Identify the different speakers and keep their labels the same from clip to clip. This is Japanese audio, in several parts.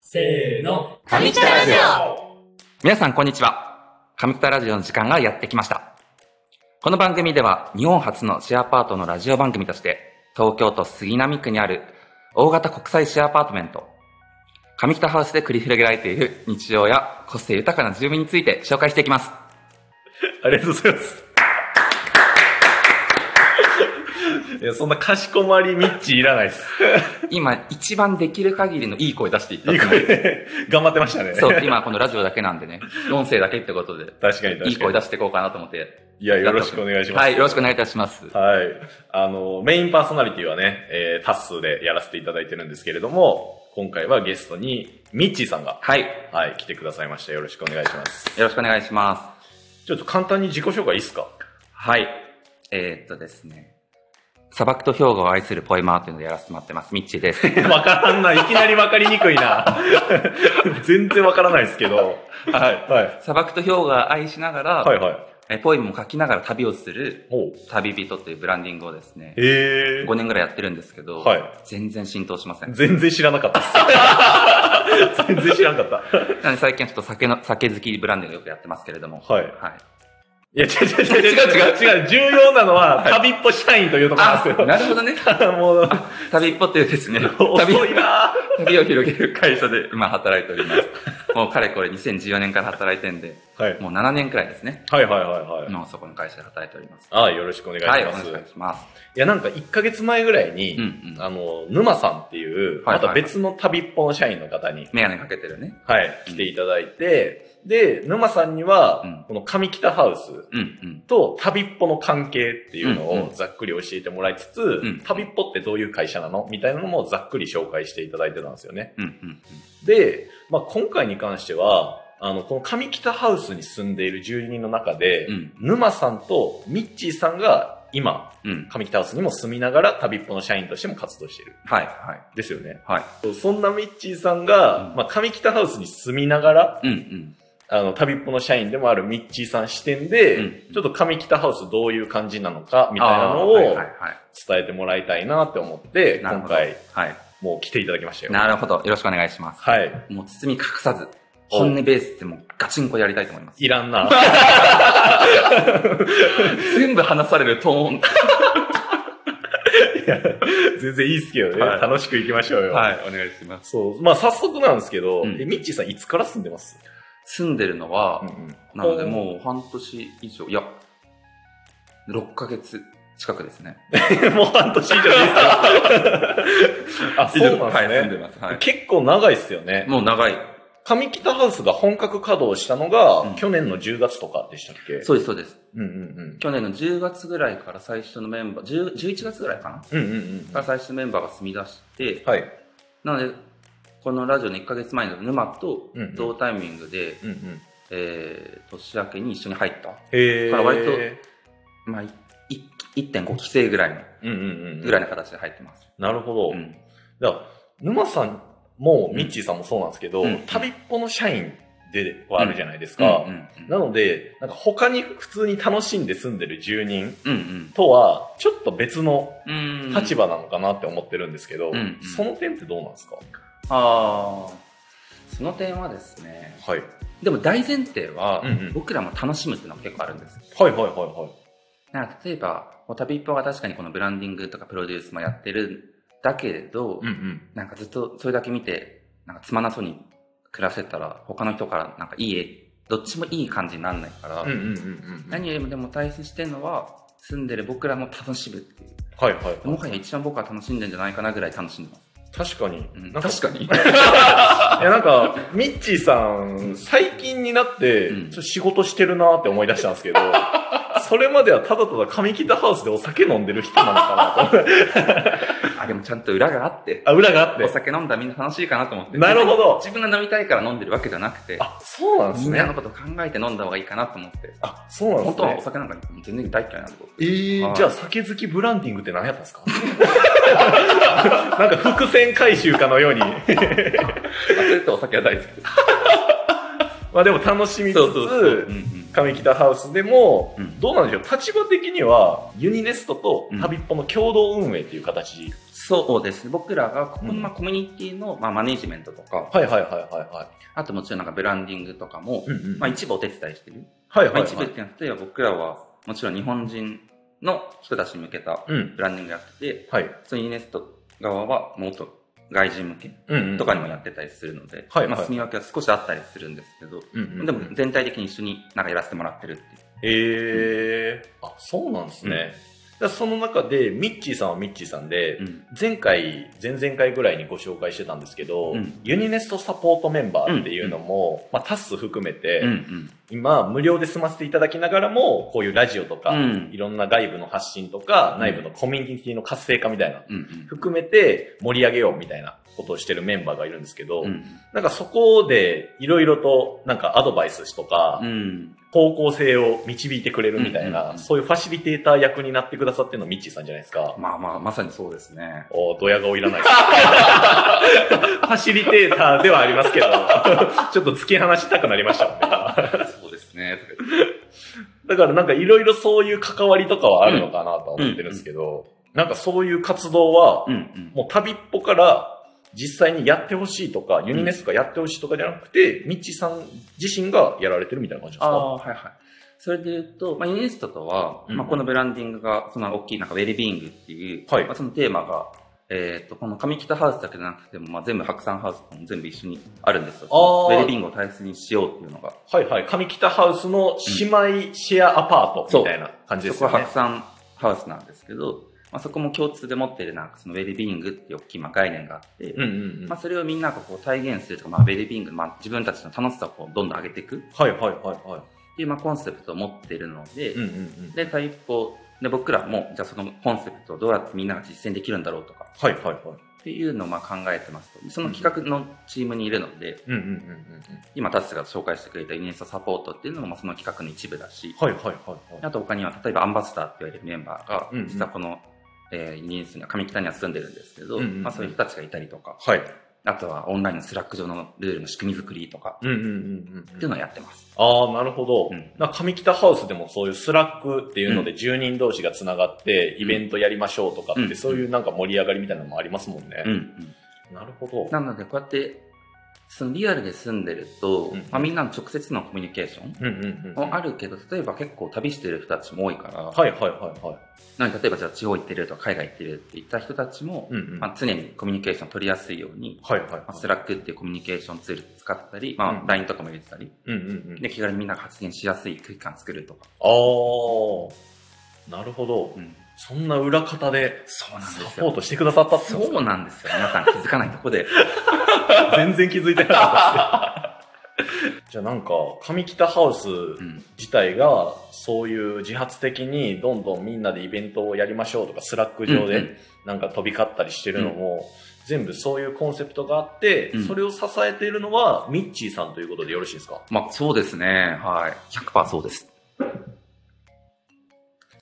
Speaker 1: せーの。
Speaker 2: 上北ラジ
Speaker 1: オ
Speaker 2: 皆さんこんにちは。上北ラジオの時間がやってきました。この番組では日本初のシェアアパートのラジオ番組として東京都杉並区にある大型国際シェアアパートメント、上北ハウスで繰り広げられている日常や個性豊かな住民について紹介していきます。
Speaker 1: ありがとうございます。いや、そんなかしこまりミッチいらないです。
Speaker 2: 今一番できる限りのいい声出していった
Speaker 1: いい
Speaker 2: つもり
Speaker 1: 声、 頑張ってましたね。
Speaker 2: そう、今このラジオだけなんでね、音声だけってことで、
Speaker 1: 確かに確かに。
Speaker 2: いい声出していこうかなと思って。
Speaker 1: いや、よろしくお願いします。
Speaker 2: はい、よろしくお願いいたします。
Speaker 1: はい。あの、メインパーソナリティはね、えー、タッスーでやらせていただいてるんですけれども、今回はゲストにミッチーさんが、
Speaker 2: はい、よ
Speaker 1: はい、来てくださいました。よろしくお願いします。
Speaker 2: ろしくお願いします。
Speaker 1: ちょっと簡単に自己紹介いいっす か
Speaker 2: はい。えーっとですね。砂漠と氷河を愛するポエマーというのでやらせてもらってます。ミッチ ーです。
Speaker 1: わからんな。いきなりわかりにくい な。全然わからないですけど。はい。はい。
Speaker 2: 砂漠と氷河を愛しながら、
Speaker 1: はいはい。
Speaker 2: えーポエムを書きながら旅をする
Speaker 1: ほう。
Speaker 2: 旅人というブランディングをですね、
Speaker 1: え
Speaker 2: 5年ぐらいやってるんですけど、
Speaker 1: はい
Speaker 2: 全然浸透しませ
Speaker 1: ー。
Speaker 2: ん。
Speaker 1: 全然知らなかったっす。全然知らなかっ
Speaker 2: なので最近はちょっと酒の、酒好きブランディングをよくやってますけれども、
Speaker 1: た。はい。
Speaker 2: はい。
Speaker 1: いや、違う違う違う
Speaker 2: 違う
Speaker 1: 違う。重要なのは、旅っぽ社員というところなんです
Speaker 2: あ、
Speaker 1: よ。
Speaker 2: なるほどね。
Speaker 1: もう、
Speaker 2: 旅っぽというで すね、旅
Speaker 1: 遅いなぁ
Speaker 2: 旅を広げる会社で今働いております。もうかれこれ2014年から働いてんで、
Speaker 1: はい。
Speaker 2: もう7年くらいですね。
Speaker 1: はいはいはいはい。
Speaker 2: もうそこの会社で働いております。
Speaker 1: ああ、よろしくお願いし
Speaker 2: はい、お
Speaker 1: ます。
Speaker 2: 願い
Speaker 1: い、
Speaker 2: します。
Speaker 1: や、なんか1ヶ月前ぐらいに、
Speaker 2: うんうん。
Speaker 1: あの、沼さんっていう、
Speaker 2: はいはいはい
Speaker 1: また別の旅っぽの社員の方に、
Speaker 2: メガネかけてるね。
Speaker 1: はい、来ていただいて、で、沼さんには、
Speaker 2: うん
Speaker 1: この上北ハウス
Speaker 2: うんうん。
Speaker 1: と旅っぽの関係っていうの
Speaker 2: うん
Speaker 1: を
Speaker 2: うん
Speaker 1: ざっくり教えてもらいつつ、
Speaker 2: ん
Speaker 1: 旅っぽってどういう会社なのみたいなのもざっくり紹介していただいてたんですよね。
Speaker 2: うんうん
Speaker 1: で、まあ、今回に関しては、あの、この上北ハウスに住んでいる住人の中で、
Speaker 2: うん。うん
Speaker 1: 沼さんとミッチーさんが今、
Speaker 2: うん。
Speaker 1: 上北ハウスにも住みながら旅っぽの社員としても活動している。
Speaker 2: はいは
Speaker 1: ですよね。
Speaker 2: い。はい。
Speaker 1: そうそんなミッチーさんが、
Speaker 2: うん
Speaker 1: まあ、上北ハウスに住みながら、
Speaker 2: うんうん。
Speaker 1: あの、旅っぽの社員でもあるミッチーさん視点で、
Speaker 2: うん
Speaker 1: ちょっと上北ハウスどういう感じなのか、みたいなの
Speaker 2: あーはい
Speaker 1: を
Speaker 2: はいは
Speaker 1: 伝えてもらいたいなって思って、
Speaker 2: い。なる
Speaker 1: 今
Speaker 2: ほど。
Speaker 1: 回、
Speaker 2: はい。
Speaker 1: もう来ていただきましたよ。
Speaker 2: なるほど。よろしくお願いします。
Speaker 1: はい。
Speaker 2: もう包み隠さず、本音ベースってもうガチンコでやりたいと思います。
Speaker 1: いらん な。
Speaker 2: 全部話されるトーン。
Speaker 1: 全然いいっすけどね。
Speaker 2: はい
Speaker 1: 楽しく行きましょうよ。
Speaker 2: はい、お願いします。
Speaker 1: そう。まあ、早速なんですけど、
Speaker 2: うん
Speaker 1: えミッチーさんいつから住んでます、
Speaker 2: 住んでるのは、
Speaker 1: ん、
Speaker 2: なのでもう半年以上、いや、6ヶ月近くですね。
Speaker 1: もう半年以上 ですよ。あ、そうなん
Speaker 2: はい、住ん
Speaker 1: で
Speaker 2: です
Speaker 1: ね。
Speaker 2: ます。はい。
Speaker 1: 結構長いっすよね。
Speaker 2: もう長い。
Speaker 1: 上北ハウスが本格稼働したのが、
Speaker 2: うん
Speaker 1: 去年の10月とかでしたっけ
Speaker 2: そうです、そうです。
Speaker 1: うんうん
Speaker 2: 去年の10月ぐらいから最初のメンバー、10 11月ぐらいかな、
Speaker 1: うん。うんうんうん。
Speaker 2: から最初のメンバーが住み出して、
Speaker 1: はい。
Speaker 2: なので、このラジオの1ヶ月前の沼と
Speaker 1: うんうん
Speaker 2: 同タイミングで、
Speaker 1: うんうん。
Speaker 2: えー年明けに一緒に入った、
Speaker 1: へえ。
Speaker 2: から割とまあ、いい1.5期生ぐらいの、
Speaker 1: うんうんうん。
Speaker 2: ぐらいの形で入ってます。
Speaker 1: なるほど。
Speaker 2: うん
Speaker 1: だから、沼さんも、ミッチーさんもそうなんですけど、
Speaker 2: うん
Speaker 1: 旅っぽの社員ではあるじゃないです
Speaker 2: う
Speaker 1: か。
Speaker 2: んうん
Speaker 1: なので、なんか他に普通に楽しんで住んでる住人
Speaker 2: うん
Speaker 1: とは、ちょっと別の
Speaker 2: うんうん
Speaker 1: 立場なのかなって思ってるんですけど、
Speaker 2: うんうん
Speaker 1: その点ってどうなんですか、
Speaker 2: あーその点はですね、
Speaker 1: はい。
Speaker 2: でも大前提は、
Speaker 1: うんうん
Speaker 2: 僕らも楽しむっていうのも結構あるんです。
Speaker 1: はいはいはいはい。
Speaker 2: だから例えば、もう旅一歩が確かにこのブランディングとかプロデュースもやってるんだけれど、
Speaker 1: ん
Speaker 2: なんかずっとそれだけ見て、なんかつまんなそうに暮らしてたら、他の人からなんかいい、どっちもいい感じにならないから、
Speaker 1: うんうんうんうん。
Speaker 2: 何よりもでも大切してるのは、住んでる僕らも楽しむっていう。
Speaker 1: はいはいはい。
Speaker 2: もはや一番僕は楽しんでんじゃないかなぐらい楽しんでます。
Speaker 1: 確かに。
Speaker 2: うん
Speaker 1: なんか
Speaker 2: 確か に。
Speaker 1: いやなんか、ミッチーさん、最近になって、
Speaker 2: う
Speaker 1: ちょ
Speaker 2: ん
Speaker 1: っと仕事してるなって思い出したんですけ ど、それまではただただ上北ハウスでお酒飲んでる人なのかなと。
Speaker 2: あ、でもちゃんと裏があって、
Speaker 1: あ、裏があっ
Speaker 2: お
Speaker 1: て。
Speaker 2: 酒飲んだらみんな楽しいかなと思って。
Speaker 1: なるほど。
Speaker 2: 自分が飲みたいから飲んでるわけじゃなくて、
Speaker 1: あ、そうなんで
Speaker 2: み
Speaker 1: す
Speaker 2: んな
Speaker 1: ね
Speaker 2: の。ことを考えて飲んだ方がいいかなと思って。
Speaker 1: あ、そうなんで
Speaker 2: 本
Speaker 1: す
Speaker 2: 当はお
Speaker 1: ね。
Speaker 2: 酒なんか全然大嫌いなんで僕。
Speaker 1: えー
Speaker 2: はい
Speaker 1: じゃあ酒好きブランディングって何やったんですか なんか伏線回収かの ように。
Speaker 2: それとお酒は大好 きで
Speaker 1: まあでも楽しみつ
Speaker 2: す。
Speaker 1: つ、
Speaker 2: うんうん
Speaker 1: 上北ハウスでも、
Speaker 2: うん
Speaker 1: どうなんでしょう立場的にはユニネストと旅っぽの共同運営っていう形
Speaker 2: そうですね。僕らが、ここの、
Speaker 1: うん
Speaker 2: まあ、コミュニティの、まあ、マネジメントとか、
Speaker 1: はいはいはいはいは
Speaker 2: あともちろんなんかブランディングとかも
Speaker 1: い。、うんうん。
Speaker 2: まあ、
Speaker 1: い。
Speaker 2: 一部お手伝いしてる。
Speaker 1: はい
Speaker 2: ま
Speaker 1: は
Speaker 2: あ、
Speaker 1: い、
Speaker 2: 一部っていうのは、例えば僕らは、もちろん日本人の人たちに向けた
Speaker 1: うん。
Speaker 2: ブランディングやってて、
Speaker 1: はい。
Speaker 2: そのイネスト側は、もっと外人向け
Speaker 1: うん、うん。
Speaker 2: とかにもやってたりするので、
Speaker 1: はい
Speaker 2: まあ、
Speaker 1: はい
Speaker 2: 住み分けは少しあったりするんですけど、
Speaker 1: うんうんうん
Speaker 2: でも全体的に一緒になんかやらせてもらってるっていう。
Speaker 1: ええあ、そうなんですね。じゃあその中で、ミッチーさんはミッチーさんで、
Speaker 2: うん
Speaker 1: 前回、前々回ぐらいにご紹介してたんですけど、
Speaker 2: うん
Speaker 1: ユニネストサポートメンバーっていうのも、まあ、タス含めて、
Speaker 2: うんうん
Speaker 1: 今、無料で済ませていただきながらも、こういうラジオとか、
Speaker 2: うん
Speaker 1: いろんな外部の発信とか
Speaker 2: う、ん
Speaker 1: 内部のコミュニティの活性化みたいな、
Speaker 2: うんうん
Speaker 1: 含めて盛り上げようみたいなことをしてるメンバーがいるんですけど、
Speaker 2: うん
Speaker 1: なんかそこでいろいろとなんかアドバイスとか、
Speaker 2: うん
Speaker 1: 方向性を導いてくれるみたい
Speaker 2: うんうんう
Speaker 1: な、
Speaker 2: ん
Speaker 1: そういうファシリテーター役になってくださってるのミッチーさんじゃないですか。
Speaker 2: まあまあ、まさにそうですね。
Speaker 1: おドヤ顔いらないです。 ファシリテーターではありますけど、 ちょっと突き放したくなりましたもんね。
Speaker 2: そうですね。
Speaker 1: だからなんかいろいろそういう関わりとかはあるのかなとは思ってるんですけど、なんかそういう活動は
Speaker 2: う、んうん。
Speaker 1: もう旅っぽから実際にやってほしいとか、ユニネスとかやってほしいとかじゃなくて、ミッチーさん自身がやられてるみたいな感じなん
Speaker 2: あ
Speaker 1: ですか
Speaker 2: あ、はいはい。それで言うと、まあ、ユニストとは、
Speaker 1: うん
Speaker 2: まあ、このブランディングが、その大きいなんかウェルビーイングっていう、
Speaker 1: はい
Speaker 2: まあ、そのテーマが、えっ、と、この上北ハウスだけじゃなくても、まあ、全部白山ハウスとかも全部一緒にあるんですよ。
Speaker 1: あ
Speaker 2: ウ
Speaker 1: ー
Speaker 2: ェルビーイングを大切にしようっていうのが。
Speaker 1: はいはい。上北ハウスの姉妹シェアアパートみたいな感じで
Speaker 2: そ
Speaker 1: す
Speaker 2: こは
Speaker 1: よね
Speaker 2: 白。山ハウスなんですけど、まあ、そこも共通で持っているなんかそのウェルビーイングっていう大きいまあ概念があって、
Speaker 1: うんうんうん。
Speaker 2: まあ、
Speaker 1: は
Speaker 2: それをみんながこう体現するとか、まあ、ウェルビーイング、まあ、自分たちの楽しさをこうどんどん上げていくっ
Speaker 1: いはいはいは
Speaker 2: ていう、まあ、コンセプトを持っているので、
Speaker 1: い。うんうんうん。
Speaker 2: で、第一歩、で、僕らも、じゃあそのコンセプトをどうやってみんなが実践できるんだろうとか、
Speaker 1: はいはいはい。
Speaker 2: っていうのをまあ考えてますと。その企画のチームにいるので、
Speaker 1: うんうんうんうんうん。
Speaker 2: 今タスが紹介してくれたユニエストサポートっていうのもまあその企画の一部だし、
Speaker 1: はいはいはいはい。
Speaker 2: あと他には、例えばアンバサダーって言われるメンバーが
Speaker 1: うんうん、
Speaker 2: 実はこの、えーユニエストには上北には住んでるんですけど、
Speaker 1: うんうんうん
Speaker 2: まあそういう人たちがいたりとか、
Speaker 1: はい。
Speaker 2: あとはオンラインのスラック上のルールの仕組み作りとか、
Speaker 1: うんうんうん
Speaker 2: って
Speaker 1: う。
Speaker 2: いうんのをやってます。
Speaker 1: ああ、なるほど。
Speaker 2: うん
Speaker 1: なんか上北ハウスでもそういうスラックっていうので、住人同士がつながって、イベントやりましょうとかっ
Speaker 2: う
Speaker 1: て、
Speaker 2: ん
Speaker 1: そういうなんか盛り上がりみたいなのもありますもんね。
Speaker 2: うんうん
Speaker 1: なるほど。
Speaker 2: なので、こうやって、そのリアルで住んでると、
Speaker 1: うん
Speaker 2: まあ、みんなの直接のコミュニケーション
Speaker 1: うんうんうん。
Speaker 2: もあ
Speaker 1: はい
Speaker 2: るけど、例えば結構旅してる人たちも多いから、
Speaker 1: はいはいはい。
Speaker 2: なので例えばじゃあ地方行ってるとか海外行ってるっていった人たちも、
Speaker 1: うんうん。
Speaker 2: ま
Speaker 1: は
Speaker 2: あ、常にコミュニケーション取りやすいように、
Speaker 1: いはいはい
Speaker 2: まあ、スラックっていうコミュニケーションツール使ったり、ま
Speaker 1: うん
Speaker 2: あ、LINE とかも入れてたり、
Speaker 1: うんうんうん。
Speaker 2: で気軽にみんなが発言しやすい空間作るとか。
Speaker 1: ああ、なるほど。
Speaker 2: うん
Speaker 1: そんな裏方で
Speaker 2: そうなんで
Speaker 1: サ
Speaker 2: す
Speaker 1: ポー
Speaker 2: よ。
Speaker 1: トしてくださったってこと
Speaker 2: そうなんですよ。皆さん気づかないとこで。
Speaker 1: 全然気づいてなかったですね じゃあなんか、上北ハウス
Speaker 2: うん。
Speaker 1: 自体が、そういう自発的にどんどんみんなでイベントをやりましょうとか、スラック上
Speaker 2: うんう
Speaker 1: で
Speaker 2: ん
Speaker 1: なんか飛び交ったりしてるのも、全部そういうコンセプトがあって、
Speaker 2: うん
Speaker 1: それを支えているのはミッチーさんということでよろしいですか
Speaker 2: まあ、そうですね。はい。100%そうです。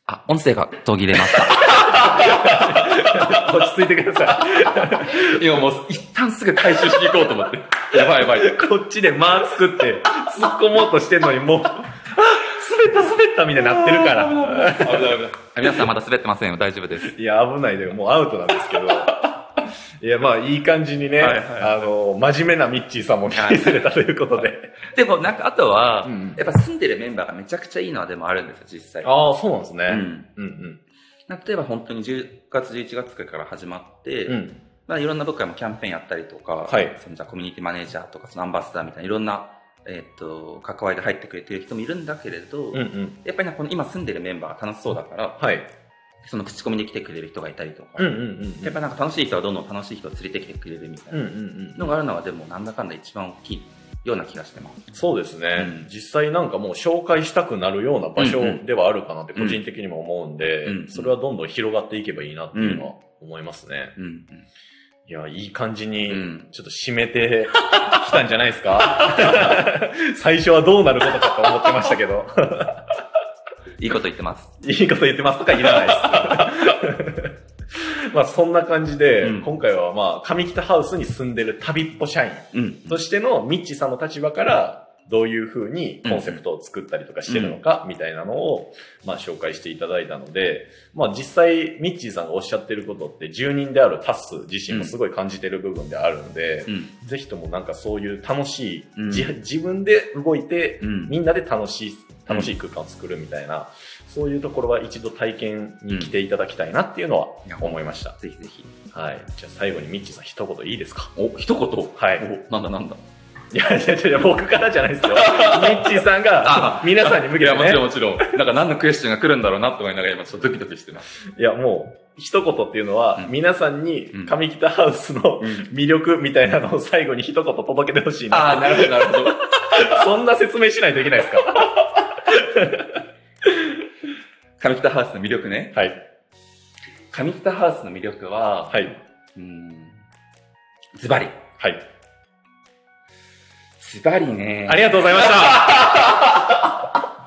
Speaker 2: あ、音声が途切れま した。
Speaker 1: 落ち着いてくださ
Speaker 2: 今もう一旦すぐ回収していこうと思 って。やばいやばい。
Speaker 1: い。こっちで間作って突っ込もうとしてんのにもう、あ滑った滑ったみたいになってるから。
Speaker 2: 危ない危ない。皆さんまだ滑ってませんよ。大丈夫です。
Speaker 1: いや、危ないで、もうアウトなんですけど。いや、まあ、いい感じにね、
Speaker 2: はいはいは
Speaker 1: あの、真面目なミッチーさんも期待されたということで。
Speaker 2: でもなんかあとは、
Speaker 1: うんうん
Speaker 2: やっぱ住んでるメンバーがめちゃくちゃいいのはでもあるんですよ、実際。
Speaker 1: ああ、そうなんですね。
Speaker 2: うん、
Speaker 1: うん、うん
Speaker 2: 例えば本当に10月、11月くらいから始まって、
Speaker 1: うん。うん。
Speaker 2: まあ、いろんな僕らもキャンペーンやったりとか、
Speaker 1: はい
Speaker 2: そのじゃあコミュニティマネージャーとかそのアンバサダーみたいないろんな、えっと関わりで入ってくれてる人もいるんだけれど、
Speaker 1: うん、うん。
Speaker 2: やっぱりねこの今住んでるメンバーが楽しそうだから、
Speaker 1: はい。
Speaker 2: その口コミで来てくれる人がいたりとか、
Speaker 1: うん、うん、うん。
Speaker 2: やっぱなんか楽しい人はどんどん楽しい人を連れてきてくれるみたい
Speaker 1: うん、
Speaker 2: な
Speaker 1: うん、うん。
Speaker 2: のがあるのはでもなんだかんだ一番大きいような気がしてます。
Speaker 1: そうですね、
Speaker 2: うん
Speaker 1: 実際なんかもう紹介したくなるような場所
Speaker 2: うんうん
Speaker 1: ではあるかなって個人的にも思うんで、
Speaker 2: うん
Speaker 1: それはどんどん広がっていけばいいなっていうのは思いますね。
Speaker 2: うんうん
Speaker 1: いや、いい感じ
Speaker 2: う
Speaker 1: に、
Speaker 2: ん
Speaker 1: ちょっと締めてきたんじゃないですか 最初はどうなることかと思ってましたけど。
Speaker 2: いいこと言ってます。
Speaker 1: いいこと言ってますとかいらない です。まあそんな感じで、
Speaker 2: うん
Speaker 1: 今回はまあ上北ハウスに住んでる旅っぽ社員
Speaker 2: うん
Speaker 1: としてのミッチーさんの立場から、どういうふうにコンセプトを作ったりとかしてるのか、みたいなのを、まあ、紹介していただいたので、まあ、実際、ミッチーさんがおっしゃってることって、住人であるタッス自身もすごい感じてる部分であるので、
Speaker 2: うん。
Speaker 1: ぜひともなんかそういう楽しい、
Speaker 2: うん
Speaker 1: じ自分で動いて、
Speaker 2: うん
Speaker 1: みんなで楽しい、楽しい空間を作るみたいな、そういうところは一度体験に来ていただきたいなっていうのは思いました。
Speaker 2: ぜひぜひ。
Speaker 1: はい。じゃあ最後にミッチーさん一言いいですか
Speaker 2: お、一言。
Speaker 1: はい。
Speaker 2: お、なんだなんだ。
Speaker 1: いやいやいや、僕からじゃ ないですよ。ミッチーさんが
Speaker 2: あ
Speaker 1: 皆さんに向け
Speaker 2: い
Speaker 1: て
Speaker 2: や、もちろ
Speaker 1: ね。
Speaker 2: んもちろん。なんか何のクエスチョンが来るんだろうなと思いながら今ちょっとドキドキしてます。
Speaker 1: いや、もう、一言っていうのは、
Speaker 2: うん
Speaker 1: 皆さんに
Speaker 2: うん
Speaker 1: 上北ハウスの魅力みたいなのを最後に一言届けてほしいな。
Speaker 2: ああ、なるほど、なるほど。
Speaker 1: そんな説明しないといけない ですか
Speaker 2: 上北ハウスの魅力ね。
Speaker 1: はい。
Speaker 2: 上北ハウスの魅力は、
Speaker 1: はい。
Speaker 2: うーん、ズバリ。
Speaker 1: はい。
Speaker 2: ズバリね。
Speaker 1: ありがとうございました。